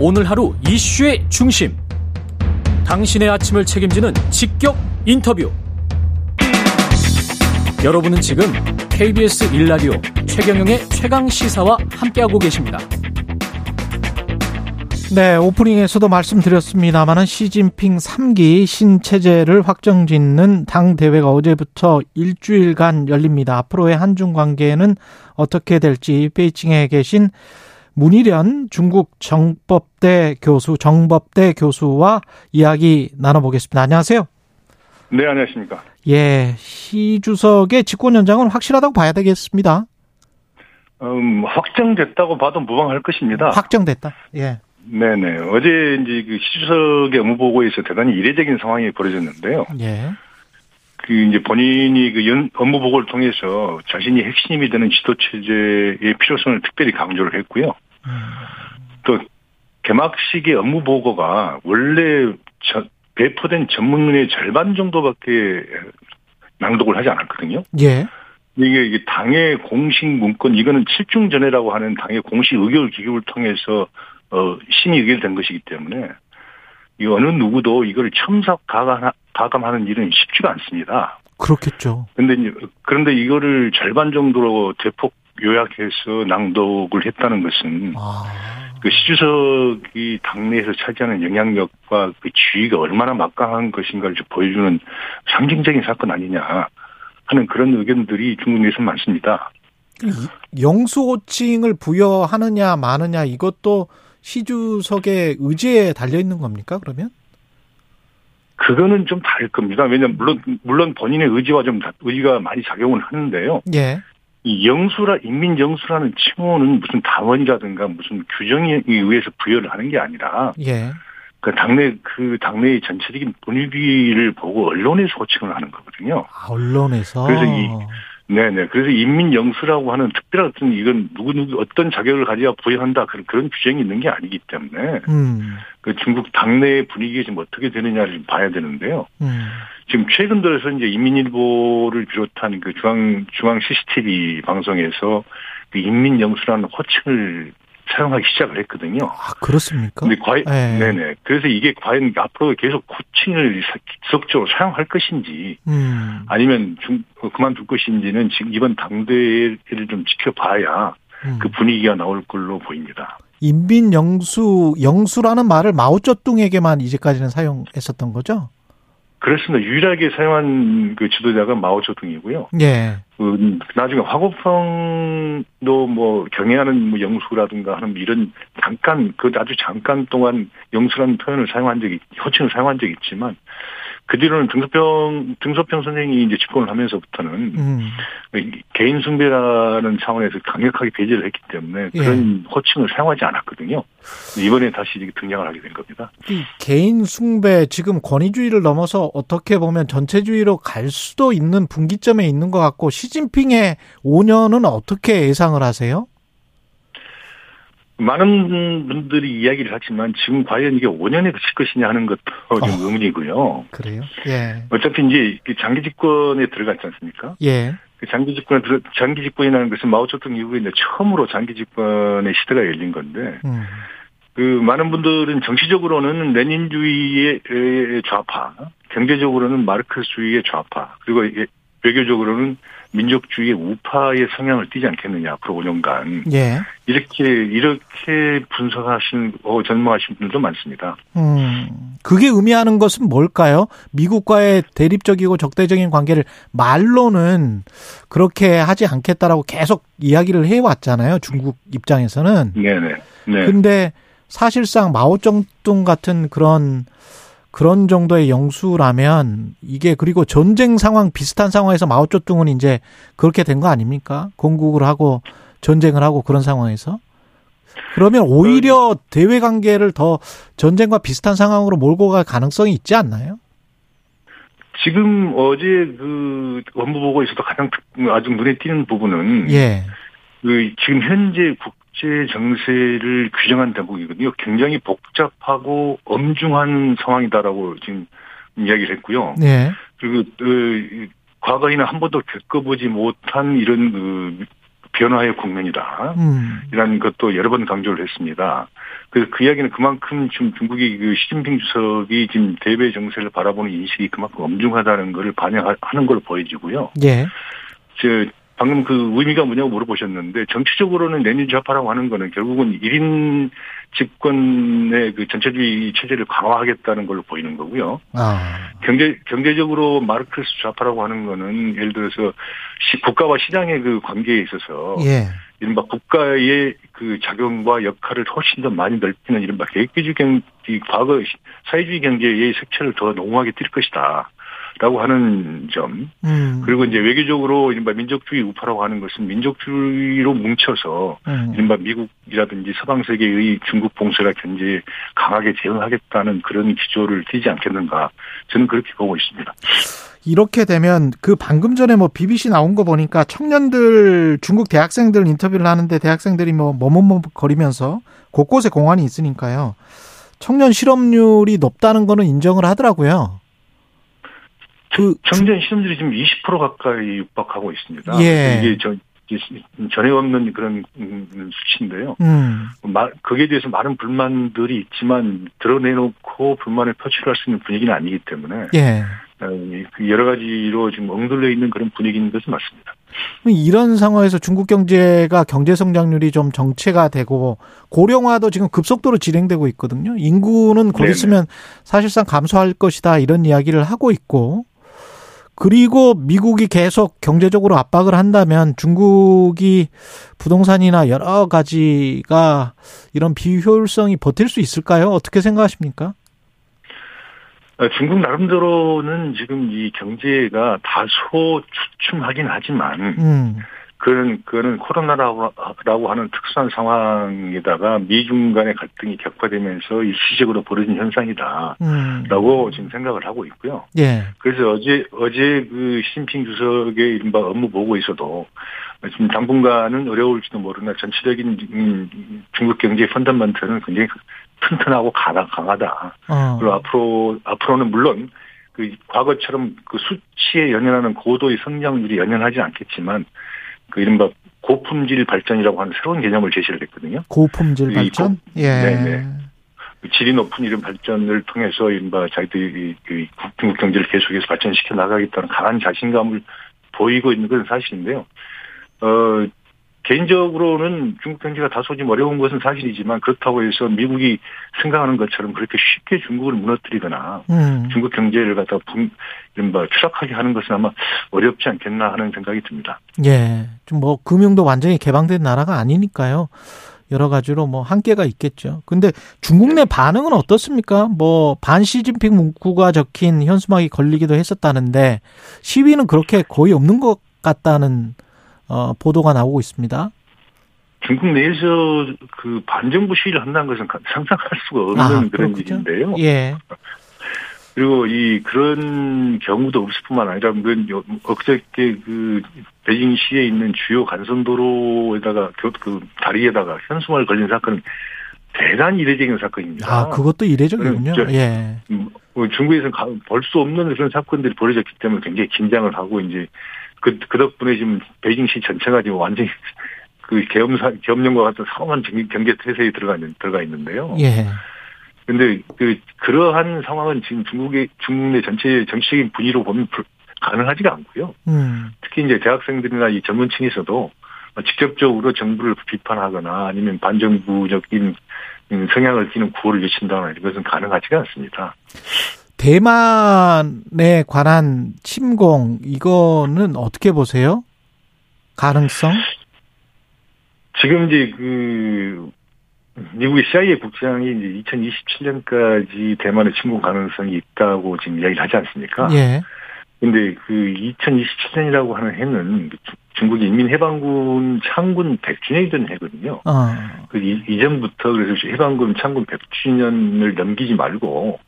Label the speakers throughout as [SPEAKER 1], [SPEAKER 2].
[SPEAKER 1] 오늘 하루 이슈의 중심. 당신의 아침을 책임지는 직격 인터뷰. 여러분은 지금 KBS 1라디오 최경영의 최강 시사와 함께하고 계십니다.
[SPEAKER 2] 네, 오프닝에서도 말씀드렸습니다만은 시진핑 3기 신체제를 확정 짓는 당 대회가 어제부터 일주일간 열립니다. 앞으로의 한중 관계는 어떻게 될지 베이징에 계신 문일현 중국 정법대 교수, 정법대 교수와 이야기 나눠보겠습니다. 안녕하세요.
[SPEAKER 3] 네, 안녕하십니까.
[SPEAKER 2] 예, 시 주석의 집권 연장은 확실하다고 봐야 되겠습니다.
[SPEAKER 3] 음, 확정됐다고 봐도 무방할 것입니다.
[SPEAKER 2] 확정됐다. 예.
[SPEAKER 3] 네네. 어제 이제 그 시주석의 업무보고에서 대단히 이례적인 상황이 벌어졌는데요.
[SPEAKER 2] 예.
[SPEAKER 3] 그 이제 본인이 그 연, 업무보고를 통해서 자신이 핵심이 되는 지도체제의 필요성을 특별히 강조를 했고요. 또 개막식의 업무보고가 원래 저- 배포된 전문의 절반 정도밖에 낭독을 하지 않았거든요.
[SPEAKER 2] 예.
[SPEAKER 3] 이게, 이게 당의 공식 문건 이거는 칠중 전해라고 하는 당의 공식 의결 기구를 통해서 어 심의 의결된 것이기 때문에 이 어느 누구도 이걸 첨삭 가감, 가감하는 일은 쉽지가 않습니다.
[SPEAKER 2] 그렇겠죠.
[SPEAKER 3] 근데 이제 그런데 이거를 절반 정도로 대폭 요약해서 낭독을 했다는 것은
[SPEAKER 2] 아.
[SPEAKER 3] 그 시주석이 당내에서 차지하는 영향력과 그 지위가 얼마나 막강한 것인가를 좀 보여주는 상징적인 사건 아니냐 하는 그런 의견들이 중국 내에서 많습니다.
[SPEAKER 2] 이- 영수 호칭을 부여하느냐 마느냐 이것도 시주석의 의지에 달려 있는 겁니까? 그러면?
[SPEAKER 3] 그거는 좀 다를 겁니다. 왜냐면 물론 물론 본인의 의지와 좀 다- 의지가 많이 작용을 하는데요.
[SPEAKER 2] 예.
[SPEAKER 3] 이 영수라 인민 영수라는 칭호는 무슨 당원이라든가 무슨 규정에 의해서 부여를 하는 게 아니라
[SPEAKER 2] 예.
[SPEAKER 3] 그 당내 그 당내의 전체적인 분위기를 보고 언론에서 호칭을 하는 거거든요.
[SPEAKER 2] 아, 언론에서
[SPEAKER 3] 그래서 이- 네네. 그래서 인민 영수라고 하는 특별한 어떤 이건 누구누구 어떤 자격을 가져야 부여한다 그런 그런 규정이 있는 게 아니기 때문에
[SPEAKER 2] 음.
[SPEAKER 3] 그 중국 당내의 분위기가 지금 어떻게 되느냐를 좀 봐야 되는데요.
[SPEAKER 2] 음.
[SPEAKER 3] 지금 최근 들어서 이제 인민일보를 비롯한 그 중앙 중앙 CCTV 방송에서 그 인민 영수라는 호칭을 사용하기 시작을 했거든요.
[SPEAKER 2] 아, 그렇습니까?
[SPEAKER 3] 근데 과연
[SPEAKER 2] 예.
[SPEAKER 3] 네네. 그래서 이게 과연 앞으로 계속 호칭을 지속적으로 사용할 것인지
[SPEAKER 2] 음.
[SPEAKER 3] 아니면 중, 어, 그만둘 것인지는 지금 이번 당대회를 좀 지켜봐야
[SPEAKER 2] 음.
[SPEAKER 3] 그 분위기가 나올 걸로 보입니다.
[SPEAKER 2] 인빈 영수 영수라는 말을 마오쩌둥에게만 이제까지는 사용했었던 거죠?
[SPEAKER 3] 그렇습니다. 유일하게 사용한 그 지도자가 마오쩌둥이고요.
[SPEAKER 2] 예.
[SPEAKER 3] 음, 나중에 화고평도 뭐 경애하는 뭐 영수라든가 하는 이런 잠깐 그 아주 잠깐 동안 영수라는 표현을 사용한 적이 호칭을 사용한 적이 있지만 그 뒤로는 등서평 등서평 선생이 이제 집권을 하면서부터는
[SPEAKER 2] 음.
[SPEAKER 3] 개인 숭배라는 차원에서 강력하게 배제를 했기 때문에 그런 호칭을 사용하지 않았거든요. 이번에 다시 이게 등장을 하게 된 겁니다.
[SPEAKER 2] 이 개인 숭배 지금 권위주의를 넘어서 어떻게 보면 전체주의로 갈 수도 있는 분기점에 있는 것 같고 시진핑의 5년은 어떻게 예상을 하세요?
[SPEAKER 3] 많은 분들이 이야기를 하지만 지금 과연 이게 5년에 그칠 것이냐 하는 것도 좀 의문이고요.
[SPEAKER 2] 그래요? 예.
[SPEAKER 3] 어차피 이제 그 장기 집권에 들어갔지 않습니까?
[SPEAKER 2] 예.
[SPEAKER 3] 그 장기 집권에 들어, 장기 집권이라는 것은 마오쩌둥 이후에 이제 처음으로 장기 집권의 시대가 열린 건데
[SPEAKER 2] 음.
[SPEAKER 3] 그 많은 분들은 정치적으로는 레닌주의의 좌파, 경제적으로는 마르크스주의의 좌파, 그리고 이게 외교적으로는 민족주의의 우파의 성향을 띠지 않겠느냐 앞으로 5년간
[SPEAKER 2] 예.
[SPEAKER 3] 이렇게 이렇게 분석하신 어, 전망하신 분들도 많습니다.
[SPEAKER 2] 음. 그게 의미하는 것은 뭘까요? 미국과의 대립적이고 적대적인 관계를 말로는 그렇게 하지 않겠다라고 계속 이야기를 해왔잖아요. 중국 입장에서는.
[SPEAKER 3] 네네. 네.
[SPEAKER 2] 근데 사실상 마오쩌둥 같은 그런 그런 정도의 영수라면 이게 그리고 전쟁 상황 비슷한 상황에서 마오쩌둥은 이제 그렇게 된 거 아닙니까? 건국을 하고 전쟁을 하고 그런 상황에서 그러면 오히려
[SPEAKER 3] 그러니까.
[SPEAKER 2] 대외 관계를 더 전쟁과 비슷한 상황으로 몰고 갈 가능성이 있지 않나요?
[SPEAKER 3] 지금 어제 그 원부 보고에서도 가장 특- 아주 눈에 띄는 부분은
[SPEAKER 2] 예,
[SPEAKER 3] 그 지금 현재 국제 정세를 규정한 대목이거든요. 굉장히 복잡하고 엄중한 상황이다라고 지금 이야기를 했고요.
[SPEAKER 2] 예,
[SPEAKER 3] 그리고 어, 이 과거에는 한 번도 겪어보지 못한 이런 그 변화의 국면이다.
[SPEAKER 2] 음.
[SPEAKER 3] 이라는 것도 여러 번 강조를 했습니다. 그래서 그 이야기는 그만큼 지금 중국이 그 시진핑 주석이 지금 대외 정세를 바라보는 인식이 그만큼 엄중하다는 것을 반영하는 걸로 보여지고요.
[SPEAKER 2] 예.
[SPEAKER 3] 저 방금 그 의미가 뭐냐고 물어보셨는데 정치적으로는 내년 좌파라고 하는 거는 결국은 1인 집권의 그 전체주의 체제를 강화하겠다는 걸로 보이는 거고요.
[SPEAKER 2] 아.
[SPEAKER 3] 경제 경제적으로 마르크스 좌파라고 하는 거는 예를 들어서 시- 국가와 시장의 그 관계에 있어서
[SPEAKER 2] 예.
[SPEAKER 3] 이른바 국가의 그 작용과 역할을 훨씬 더 많이 넓히는 이른바 계획주의 경제, 과거 시- 사회주의 경제의 색채를 더 농후하게 띌 것이다. 라고 하는 점.
[SPEAKER 2] 음.
[SPEAKER 3] 그리고 이제 외교적으로 이른바 민족주의 우파라고 하는 것은 민족주의로 뭉쳐서
[SPEAKER 2] 음.
[SPEAKER 3] 이른바 미국이라든지 서방 세계의 중국 봉쇄나 견제에 강하게 대응하겠다는 그런 기조를 띄지 않겠는가. 저는 그렇게 보고 있습니다.
[SPEAKER 2] 이렇게 되면 그 방금 전에 뭐 BBC 나온 거 보니까 청년들 중국 대학생들 인터뷰를 하는데 대학생들이 뭐 머뭇머뭇 거리면서 곳곳에 공안이 있으니까요. 청년 실업률이 높다는 거는 인정을 하더라고요. 그
[SPEAKER 3] 청년 실업률이 지금 20% 가까이 육박하고 있습니다.
[SPEAKER 2] 예.
[SPEAKER 3] 이게 저, 이게 전에 없는 그런 음, 수치인데요.
[SPEAKER 2] 음.
[SPEAKER 3] 마- 거기에 대해서 많은 불만들이 있지만 드러내놓고 불만을 표출할 수 있는 분위기는 아니기 때문에
[SPEAKER 2] 예.
[SPEAKER 3] 어, 이- 그 여러 가지로 지금 엉들려 있는 그런 분위기인 것은 맞습니다.
[SPEAKER 2] 이런 상황에서 중국 경제가 경제 성장률이 좀 정체가 되고 고령화도 지금 급속도로 진행되고 있거든요. 인구는 곧
[SPEAKER 3] 네네.
[SPEAKER 2] 있으면 사실상 감소할 것이다 이런 이야기를 하고 있고 그리고 미국이 계속 경제적으로 압박을 한다면 중국이 부동산이나 여러 가지가 이런 비효율성이 버틸 수 있을까요? 어떻게 생각하십니까?
[SPEAKER 3] 어, 중국 나름대로는 지금 이 경제가 다소 주춤하긴 하지만
[SPEAKER 2] 음.
[SPEAKER 3] 그런 그는 코로나라고 라고 하는 특수한 상황에다가 미중 간의 갈등이 격화되면서 일시적으로 벌어진 현상이다라고
[SPEAKER 2] 음.
[SPEAKER 3] 지금 생각을 하고 있고요.
[SPEAKER 2] 예.
[SPEAKER 3] 그래서 어제 어제 그 시진핑 주석의 이른바 업무 보고에서도 지금 당분간은 어려울지도 모르나 전체적인 음, 중국 경제 펀더멘트는 굉장히 튼튼하고 강하, 강하다.
[SPEAKER 2] 어.
[SPEAKER 3] 그리고 앞으로 앞으로는 물론 그 과거처럼 그 수치에 연연하는 고도의 성장률이 연연하지 않겠지만 그 이른바 고품질 발전이라고 하는 새로운 개념을 제시를 했거든요.
[SPEAKER 2] 고품질
[SPEAKER 3] 이
[SPEAKER 2] 발전? 예.
[SPEAKER 3] 네네. 그 질이 높은 이런 발전을 통해서 이른바 자기들이 그 중국 경제를 계속해서 발전시켜 나가겠다는 강한 자신감을 보이고 있는 건 사실인데요. 어, 개인적으로는 중국 경제가 다소 좀 어려운 것은 사실이지만 그렇다고 해서 미국이 생각하는 것처럼 그렇게 쉽게 중국을 무너뜨리거나
[SPEAKER 2] 음.
[SPEAKER 3] 중국 경제를 갖다 붕, 이른바 추락하게 하는 것은 아마 어렵지 않겠나 하는 생각이 듭니다.
[SPEAKER 2] 예. 좀 뭐 금융도 완전히 개방된 나라가 아니니까요. 여러 가지로 뭐 한계가 있겠죠. 근데 중국 내 반응은 어떻습니까? 뭐 반시진핑 문구가 적힌 현수막이 걸리기도 했었다는데 시위는 그렇게 거의 없는 것 같다는 어, 보도가 나오고 있습니다.
[SPEAKER 3] 중국 내에서 그 반정부 시위를 한다는 것은 상상할 수가 없는
[SPEAKER 2] 아,
[SPEAKER 3] 그런
[SPEAKER 2] 그렇군요.
[SPEAKER 3] 일인데요.
[SPEAKER 2] 예.
[SPEAKER 3] 그리고 이 그런 경우도 없을 뿐만 아니라 그 요- 어저께 그 베이징시에 있는 주요 간선도로에다가 교- 그 다리에다가 현수막을 걸린 사건은 대단히 이례적인 사건입니다.
[SPEAKER 2] 아, 그것도 이례적이군요.
[SPEAKER 3] 그렇죠.
[SPEAKER 2] 예.
[SPEAKER 3] 음, 어, 중국에서는 볼 수 없는 그런 사건들이 벌어졌기 때문에 굉장히 긴장을 하고 이제 그, 그 덕분에 지금 베이징시 전체가 지금 완전히 그 계엄사 계엄령과 같은 상황한 경계 태세에 들어가 있는 들어가 있는데요.
[SPEAKER 2] 예.
[SPEAKER 3] 근데 그 그러한 상황은 지금 중국의 중국 내 전체 정치적인 분위로 보면 불- 가능하지가 않고요.
[SPEAKER 2] 음.
[SPEAKER 3] 특히 이제 대학생들이나 이 젊은층에서도 직접적으로 정부를 비판하거나 아니면 반정부적인 음, 성향을 띠는 구호를 외친다거나 이것은 가능하지가 않습니다.
[SPEAKER 2] 대만에 관한 침공 이거는 어떻게 보세요? 가능성?
[SPEAKER 3] 지금 이제 그 미국의 CIA 국장이 이제 2027년까지 대만에 침공 가능성이 있다고 지금 이야기를 하지 않습니까?
[SPEAKER 2] 예.
[SPEAKER 3] 근데 그 2027년이라고 하는 해는 주- 중국이 인민해방군 창군 100주년이 된 해거든요.
[SPEAKER 2] 어.
[SPEAKER 3] 그 이- 이전부터 그래서 해방군 창군 100주년을 넘기지 말고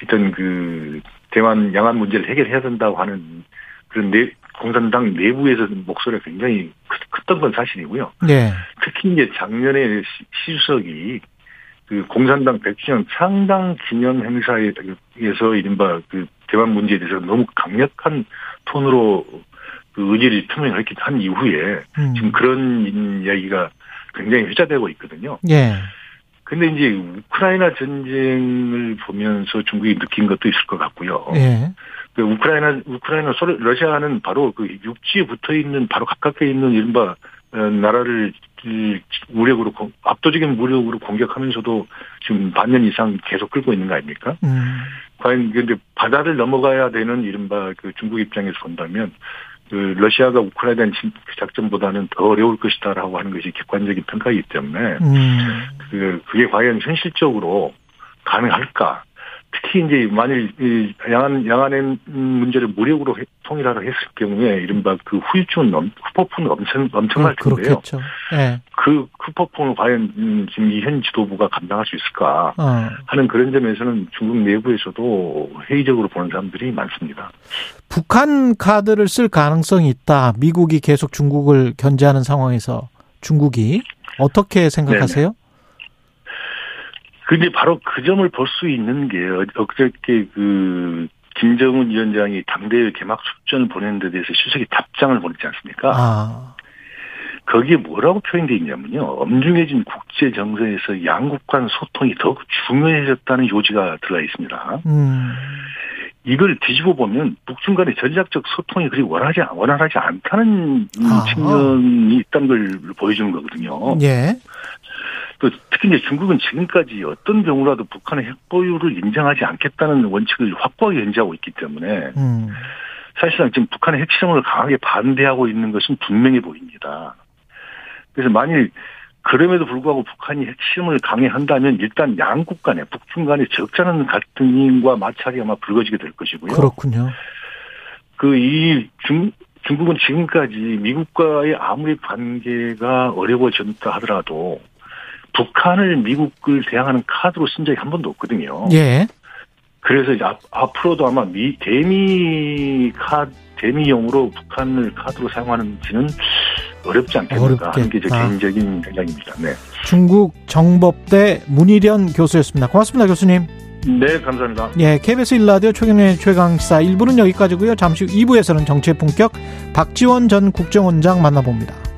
[SPEAKER 3] 일단 그 대만 양안 문제를 해결해야 된다고 하는 그런 내, 공산당 내부에서 목소리가 굉장히 크- 컸던 건 사실이고요.
[SPEAKER 2] 네.
[SPEAKER 3] 특히 이제 작년에 시- 시주석이 그 공산당 100주년 창당 기념 행사에서 이른바 그 대만 문제에 대해서 너무 강력한 톤으로 그 의지를 표명했기 한 이후에
[SPEAKER 2] 음.
[SPEAKER 3] 지금 그런 이야기가 굉장히 회자되고 있거든요.
[SPEAKER 2] 예.
[SPEAKER 3] 근데 이제 우크라이나 전쟁을 보면서 중국이 느낀 것도 있을 것 같고요.
[SPEAKER 2] 예.
[SPEAKER 3] 그 우크라이나 우크라이나 소련, 러시아는 바로 그 육지에 붙어 있는 바로 가깝게 있는 이른바 어, 나라를 이 무력으로 공- 압도적인 무력으로 공격하면서도 지금 반년 이상 계속 끌고 있는 거 아닙니까?
[SPEAKER 2] 음.
[SPEAKER 3] 과연 근데 바다를 넘어가야 되는 이른바 그 중국 입장에서 본다면 그 러시아가 우크라이나 侵- 작전보다는 더 어려울 것이다라고 하는 것이 객관적인 평가이기 때문에
[SPEAKER 2] 음.
[SPEAKER 3] 그 그게 과연 현실적으로 가능할까? 특히 이제 만일 이 양안 양안의 문제를 무력으로 해- 통일하려 했을 경우에 이른바 그 후유증은 넘, 후폭풍은 엄청 엄청날
[SPEAKER 2] 그,
[SPEAKER 3] 텐데요.
[SPEAKER 2] 그렇겠죠. 예.
[SPEAKER 3] 그 후폭풍을 과연 음, 지금 이 현 지도부가 감당할 수 있을까?
[SPEAKER 2] 어.
[SPEAKER 3] 하는 그런 점에서는 중국 내부에서도 회의적으로 보는 사람들이 많습니다.
[SPEAKER 2] 북한 카드를 쓸 가능성이 있다. 미국이 계속 중국을 견제하는 상황에서 중국이 어떻게 생각하세요?
[SPEAKER 3] 네. 근데 바로 그 점을 볼 수 있는 게 어- 어저께 그 김정은 위원장이 당대회 개막 축전을 보낸 데 대해서 실석이 답장을 보냈지 않습니까?
[SPEAKER 2] 아,
[SPEAKER 3] 거기에 뭐라고 표현되어 있냐면요. 엄중해진 국제 정세에서 양국 간 소통이 더욱 중요해졌다는 요지가 들어가 있습니다.
[SPEAKER 2] 음,
[SPEAKER 3] 이걸 뒤집어 보면 북중 간의 전략적 소통이 그리 원활하지, 원활하지 않다는 음,
[SPEAKER 2] 아하.
[SPEAKER 3] 측면이 있다는 걸 보여주는 거거든요.
[SPEAKER 2] 예,
[SPEAKER 3] 또 특히 이제 중국은 지금까지 어떤 경우라도 북한의 핵보유를 인정하지 않겠다는 원칙을 확고하게 연재하고 있기 때문에
[SPEAKER 2] 음,
[SPEAKER 3] 사실상 지금 북한의 핵실험을 강하게 반대하고 있는 것은 분명해 보입니다. 그래서 만일 그럼에도 불구하고 북한이 핵실험을 강행한다면 일단 양국 간에 북중 간에 적잖은 갈등과 마찰이 아마 불거지게 될 것이고요.
[SPEAKER 2] 그렇군요.
[SPEAKER 3] 그 이 중 중국은 지금까지 미국과의 아무리 관계가 어려워졌다 하더라도 북한을 미국을 대항하는 카드로 쓴 적이 한 번도 없거든요.
[SPEAKER 2] 예,
[SPEAKER 3] 그래서 이제 앞, 앞으로도 아마 미 대미 카 대미용으로 북한을 카드로 사용하는지는 어렵지 않겠는가 하는 게 아. 제
[SPEAKER 2] 어렵겠다.
[SPEAKER 3] 개인적인 생각입니다. 네.
[SPEAKER 2] 중국 정법대 문일현 교수였습니다. 고맙습니다, 교수님.
[SPEAKER 3] 네, 감사합니다.
[SPEAKER 2] 예, KBS 일라디오 최경련의 최강시사 1부는 여기까지고요. 잠시 후 2부에서는 정치의 품격 박지원 전 국정원장 만나봅니다.